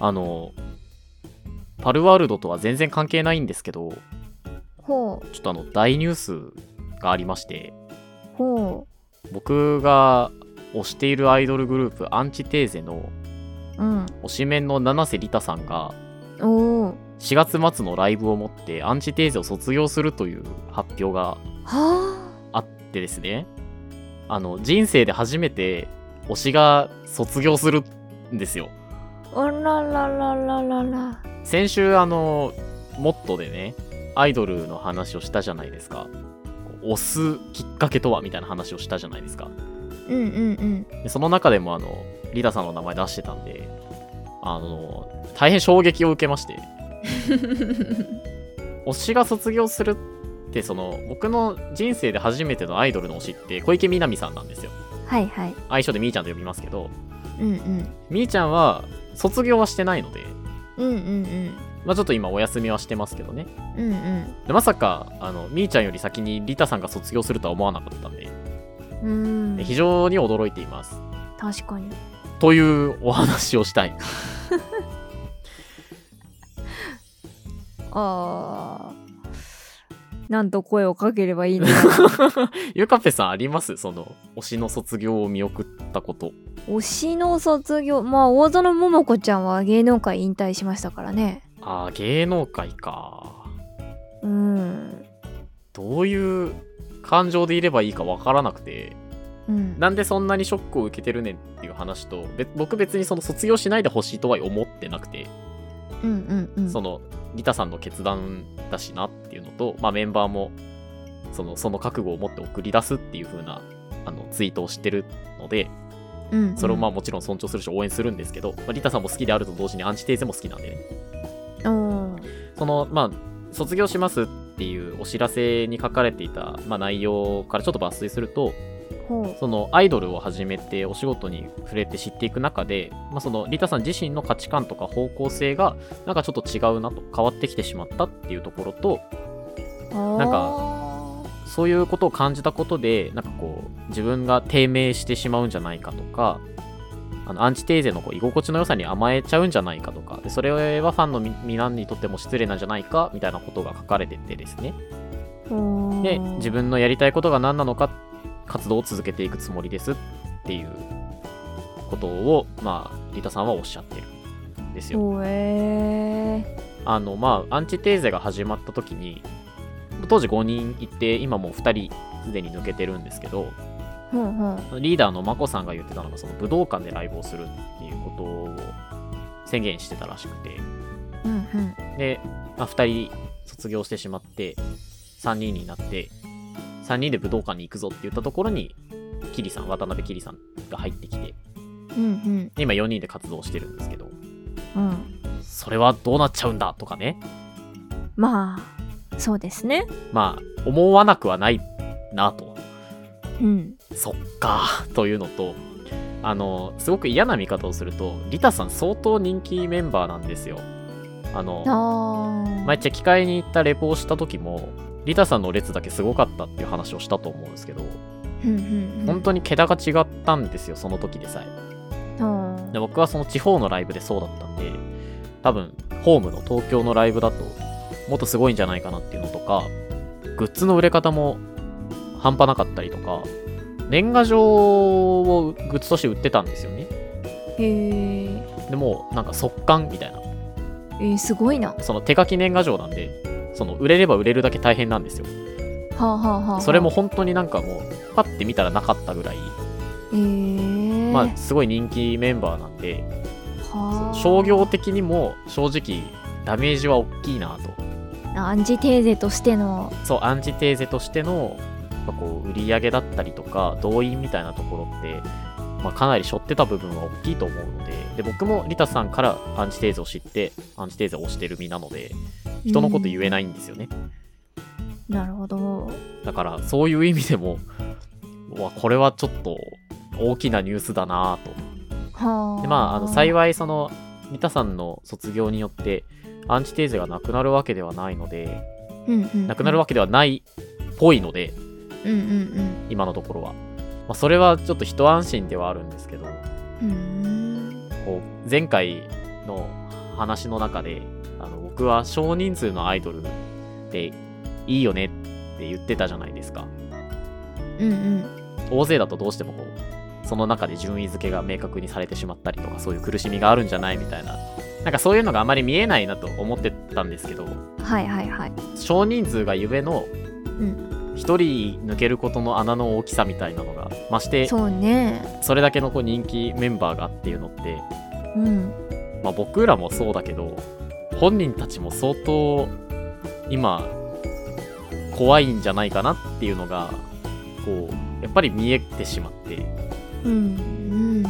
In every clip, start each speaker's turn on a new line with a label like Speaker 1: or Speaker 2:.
Speaker 1: あのパルワールドとは全然関係ないんですけど
Speaker 2: ほ
Speaker 1: ちょっとあの大ニュースがありまして
Speaker 2: うほ
Speaker 1: 僕が推しているアイドルグループアンチテーゼの
Speaker 2: ううん
Speaker 1: 推しメンの七瀬里太さんが
Speaker 2: おお
Speaker 1: 4月末のライブをもってアンチテーゼを卒業するという発表が
Speaker 2: は
Speaker 1: あってですねあの人生で初めて推しが卒業するんですよ
Speaker 2: ああらららららら
Speaker 1: 先週あのモットでねアイドルの話をしたじゃないですかこう推すきっかけとはみたいな話をしたじゃないですか
Speaker 2: うんうんうん
Speaker 1: でその中でもあのリタさんの名前出してたんであの大変衝撃を受けまして推しが卒業するってその僕の人生で初めてのアイドルの推しって小池みなみさんなんですよ
Speaker 2: はいはい
Speaker 1: 愛称でみーちゃんと呼びますけど
Speaker 2: うんうん
Speaker 1: みーちゃんは卒業はしてないので、
Speaker 2: うんうん
Speaker 1: まあ、ちょっと今お休みはしてますけどね
Speaker 2: うんうん
Speaker 1: でまさかあのみーちゃんより先にリタさんが卒業するとは思わなかったんで
Speaker 2: うんうん
Speaker 1: 非常に驚いています
Speaker 2: 確かに
Speaker 1: というお話をしたい
Speaker 2: あーなんと声をかければいいのか
Speaker 1: ゆかぺさんありますその推しの卒業を見送ったこと
Speaker 2: 推しの卒業まあ大園桃子ちゃんは芸能界引退しましたからね
Speaker 1: あー芸能界か
Speaker 2: うん
Speaker 1: どういう感情でいればいいかわからなくて
Speaker 2: うん
Speaker 1: なんでそんなにショックを受けてるねんっていう話とべ僕別にその卒業しないでほしいとは思ってなくて
Speaker 2: うんうんうん
Speaker 1: そのリタさんの決断だしなっていうのと、まあ、メンバーもそのその覚悟を持って送り出すっていう風なあのツイートをしてるので
Speaker 2: うんうん
Speaker 1: それをまあもちろん尊重するし応援するんですけど、まあ、リタさんも好きであると同時にアンチテーゼも好きなんでね
Speaker 2: おー
Speaker 1: そのまあ卒業しますっていうお知らせに書かれていた、まあ、内容からちょっと抜粋すると
Speaker 2: ほ
Speaker 1: そのアイドルを始めてお仕事に触れて知っていく中で、まあ、そのリタさん自身の価値観とか方向性がなんかちょっと違うなと変わってきてしまったっていうところと
Speaker 2: うあー
Speaker 1: なんそういうことを感じたことでなんかこう自分が低迷してしまうんじゃないかとかあのアンチテーゼのこう居心地の良さに甘えちゃうんじゃないかとかでそれはファンのみ皆にとっても失礼なんじゃないかみたいなことが書かれててですね
Speaker 2: ほう
Speaker 1: で自分のやりたいことが何なのか活動を続けていくつもりですっていうことをまあリタさんはおっしゃってるんですよ
Speaker 2: ほうえ
Speaker 1: あのまあアンチテーゼが始まった時に当時5人いて今もう2人すでに抜けてるんですけど
Speaker 2: ー、ほうほう
Speaker 1: リーダーのまこさんが言ってたのがその武道館でライブをするっていうことを宣言してたらしくて
Speaker 2: うんうん
Speaker 1: で、まあ、2人卒業してしまって3人になって3人で武道館に行くぞって言ったところにキリさん渡辺キリさんが入ってきて
Speaker 2: うん
Speaker 1: 今4人で活動してるんですけど
Speaker 2: うんうん
Speaker 1: それはどうなっちゃうんだとかね
Speaker 2: まあそうですね
Speaker 1: まあ思わなくはないなと
Speaker 2: うん
Speaker 1: そっかというのとあのすごく嫌な見方をするとリタさん相当人気メンバーなんですよあの
Speaker 2: あー
Speaker 1: 前チェキ会に行ったレポをした時もリタさんの列だけすごかったっていう話をしたと思うんですけど
Speaker 2: うんうんうん
Speaker 1: 本当に桁が違ったんですよその時でさえ
Speaker 2: あー
Speaker 1: で僕はその地方のライブでそうだったんで多分ホームの東京のライブだともっとすごいんじゃないかなっていうのとかグッズの売れ方も半端なかったりとか年賀状をグッズとして売ってたんですよね
Speaker 2: へー
Speaker 1: でもうなんか速乾みたいな
Speaker 2: えー、すごいなは
Speaker 1: その手書き年賀状なんでその売れれば売れるだけ大変なんですよ
Speaker 2: あ、はあはあはあ、
Speaker 1: それも本当になんかもうパッて見たらなかったぐらい、
Speaker 2: えー、
Speaker 1: まあ、すごい人気メンバーなんで
Speaker 2: はあ
Speaker 1: 商業的にも正直ダメージは大きいなと
Speaker 2: アンチテーゼとしての
Speaker 1: そうアンチテーゼとしての、まあこう売り上げだったりとか動員みたいなところって、まあ、かなり背負ってた部分は大きいと思うのでで僕もリタさんからアンチテーゼを知ってアンチテーゼを推してる身なので人のこと言え
Speaker 2: い、
Speaker 1: ないんですよね、
Speaker 2: うんなるほど
Speaker 1: だからそういう意味でもうわこれはちょっと大きなニュースだなぁと
Speaker 2: はあ
Speaker 1: でまあ、あの幸いその三田さんの卒業によってアンチテーゼがなくなるわけではないので
Speaker 2: うんうん
Speaker 1: なくなるわけではないっぽいので
Speaker 2: うんうん
Speaker 1: 今のところは、まあ、それはちょっと一安心ではあるんですけど
Speaker 2: うんうーん
Speaker 1: こう前回の話の中であの僕は少人数のアイドルでいいよねって言ってたじゃないですか
Speaker 2: うんうん
Speaker 1: 大勢だとどうしてもこうその中で順位付けが明確にされてしまったりとかそういう苦しみがあるんじゃないみたいななんかそういうのがあまり見えないなと思ってたんですけど
Speaker 2: はいはいはい
Speaker 1: 少人数がゆえの
Speaker 2: うん
Speaker 1: 1人抜けることの穴の大きさみたいなのがまして
Speaker 2: そうね
Speaker 1: それだけのこう人気メンバーがっていうのって、
Speaker 2: うん
Speaker 1: まあ、僕らもそうだけど本人たちも相当今怖いんじゃないかなっていうのがこうやっぱり見えてしまって
Speaker 2: うん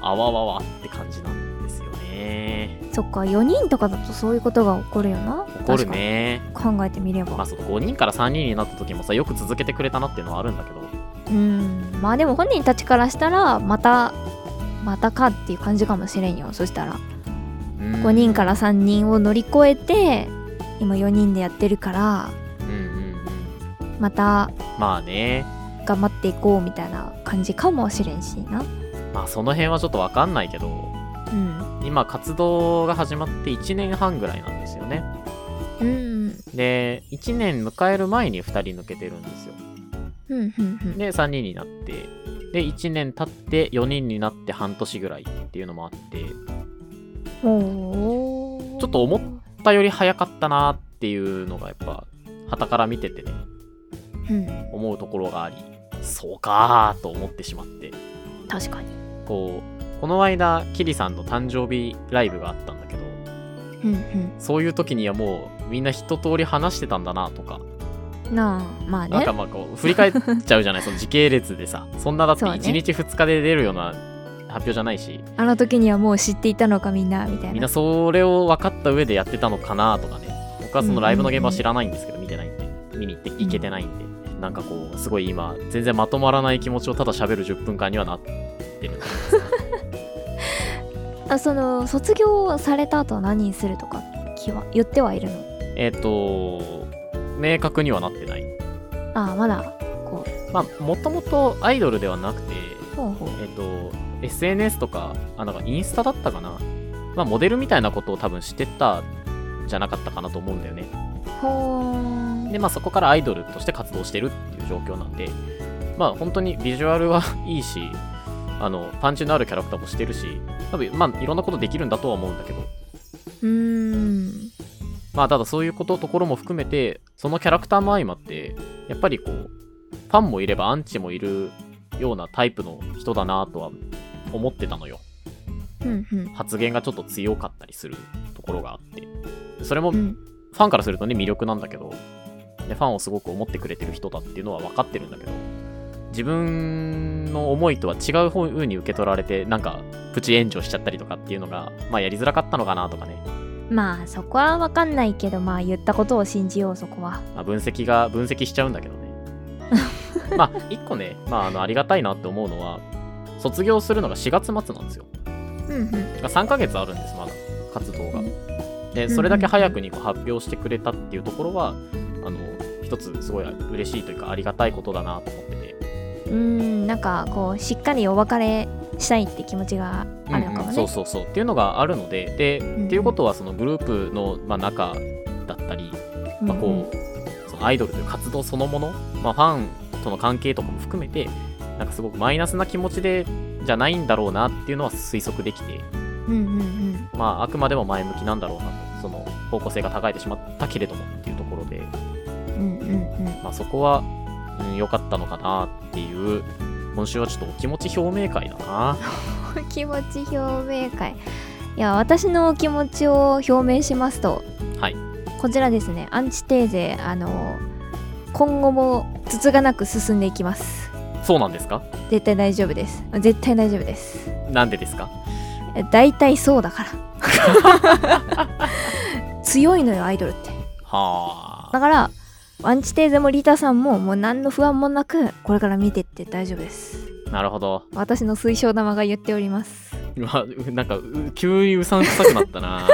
Speaker 1: あわわわって感じなんですよね
Speaker 2: うんそっか4人とかだとそういうことが起こるよな
Speaker 1: 起こるね
Speaker 2: 確かに考えてみれば、
Speaker 1: まあその5人から3人になった時もさよく続けてくれたなっていうのはあるんだけど
Speaker 2: うんまあでも本人たちからしたらまたまたかっていう感じかもしれんよそしたら5人からら3人を乗り越えて今4人でやってるから
Speaker 1: うんうんうん
Speaker 2: また
Speaker 1: まあね
Speaker 2: 頑張っていこうみたいな感じかもしれんしな
Speaker 1: まあその辺はちょっとわかんないけど
Speaker 2: うん
Speaker 1: 今活動が始まって1年半ぐらいなんですよね
Speaker 2: うん
Speaker 1: で1年迎える前に2人抜けてるんですよ
Speaker 2: うんうんうん
Speaker 1: で3人になってで1年経って4人になって半年ぐらいっていうのもあって
Speaker 2: おー
Speaker 1: ちょっと思っ思ったより早かったなっていうのがやっぱ旗から見ててね
Speaker 2: うん
Speaker 1: 思うところがありそうかーと思ってしまって
Speaker 2: 確かに
Speaker 1: こうこの間キリさんの誕生日ライブがあったんだけど
Speaker 2: うん
Speaker 1: そういう時にはもうみんな一通り話してたんだなとか
Speaker 2: うんなあまあ
Speaker 1: なん
Speaker 2: ね
Speaker 1: かまあこう振り返っちゃうじゃないその時系列で さそんなだって
Speaker 2: そうね
Speaker 1: 1日2日で出るような発表じゃないし
Speaker 2: あの時にはもう知っていたのかみんなみたいな
Speaker 1: みんなそれを分かった上でやってたのかなとかね僕はそのライブの現場知らないんですけど見てないんで見に行って行けてないんでなんかこうすごい今全然まとまらない気持ちをただ喋る10分間にはなってる
Speaker 2: あその卒業された後は何にするとか気は言ってはいるの
Speaker 1: えっと明確にはなってない
Speaker 2: ああまだこ
Speaker 1: まあもともとアイドルではなくて
Speaker 2: うほうほう
Speaker 1: えっと SNS とかあなんかインスタだったかなまあモデルみたいなことを多分してたんじゃなかったかなと思うんだよね
Speaker 2: ほー
Speaker 1: でまあそこからアイドルとして活動してるっていう状況なんでまあ本当にビジュアルは いいしあのパンチのあるキャラクターもしてるし多分まあいろんなことできるんだとは思うんだけど
Speaker 2: うーん
Speaker 1: まあただそういうことところも含めてそのキャラクターも相まってやっぱりこうファンもいればアンチもいるようなタイプの人だなとは思ってたのよ
Speaker 2: うんうん
Speaker 1: 発言がちょっと強かったりするところがあってそれも
Speaker 2: う
Speaker 1: フ
Speaker 2: ん
Speaker 1: ァンからするとね魅力なんだけどでファンをすごく思ってくれてる人だっていうのは分かってるんだけど自分の思いとは違う風に受け取られてなんかプチ炎上しちゃったりとかっていうのがまあやりづらかったのかなとかね、
Speaker 2: まあそこは分かんないけどまあ言ったことを信じようそこは
Speaker 1: まあ、分析が分析しちゃうんだけ どねまあ一個ね、まあ、あのありがたいなって思うのは卒業するのが4月末なんですよ
Speaker 2: うんうん
Speaker 1: 3ヶ月あるんですまだ活動が
Speaker 2: うん
Speaker 1: でそれだけ早くにこう発表してくれたっていうところはあの一つすごい嬉しいというかありがたいことだなと思ってて
Speaker 2: うーんなんかこうしっかりお別れしたいって気持ちがある
Speaker 1: う
Speaker 2: のか
Speaker 1: ん
Speaker 2: も
Speaker 1: うん
Speaker 2: ね、
Speaker 1: そうそうそうっていうのがあるのでで、
Speaker 2: ん
Speaker 1: っていうことはそのグループの、まあ、中だったり、
Speaker 2: うん
Speaker 1: まあ、こうそのアイドルという活動そのもの、まあ、ファンとの関係とかも含めてなんかすごくマイナスな気持ちでじゃないんだろうなっていうのは推測できて、
Speaker 2: うんうんうん
Speaker 1: まあ、あくまでも前向きなんだろうなとその方向性が高いてしまったけれどもっていうところで
Speaker 2: うんうんうん
Speaker 1: まあ、そこはうん良、かったのかなっていう今週はちょっとお気持ち表明会だな
Speaker 2: お気持ち表明会いや私のお気持ちを表明しますと
Speaker 1: はい
Speaker 2: こちらですねアンチテーゼあの今後もつつがなく進んでいきます
Speaker 1: そうなんですか
Speaker 2: 絶対大丈夫です絶対大丈夫です
Speaker 1: なんでですか
Speaker 2: 大体そうだから 強いのよアイドルって
Speaker 1: は
Speaker 2: だからアンチテーゼもリタさんももう何の不安もなくこれから見てって大丈夫です
Speaker 1: あなるほど
Speaker 2: 私の推奨玉が言っております
Speaker 1: うわうなんかう急にうさんくさくなったな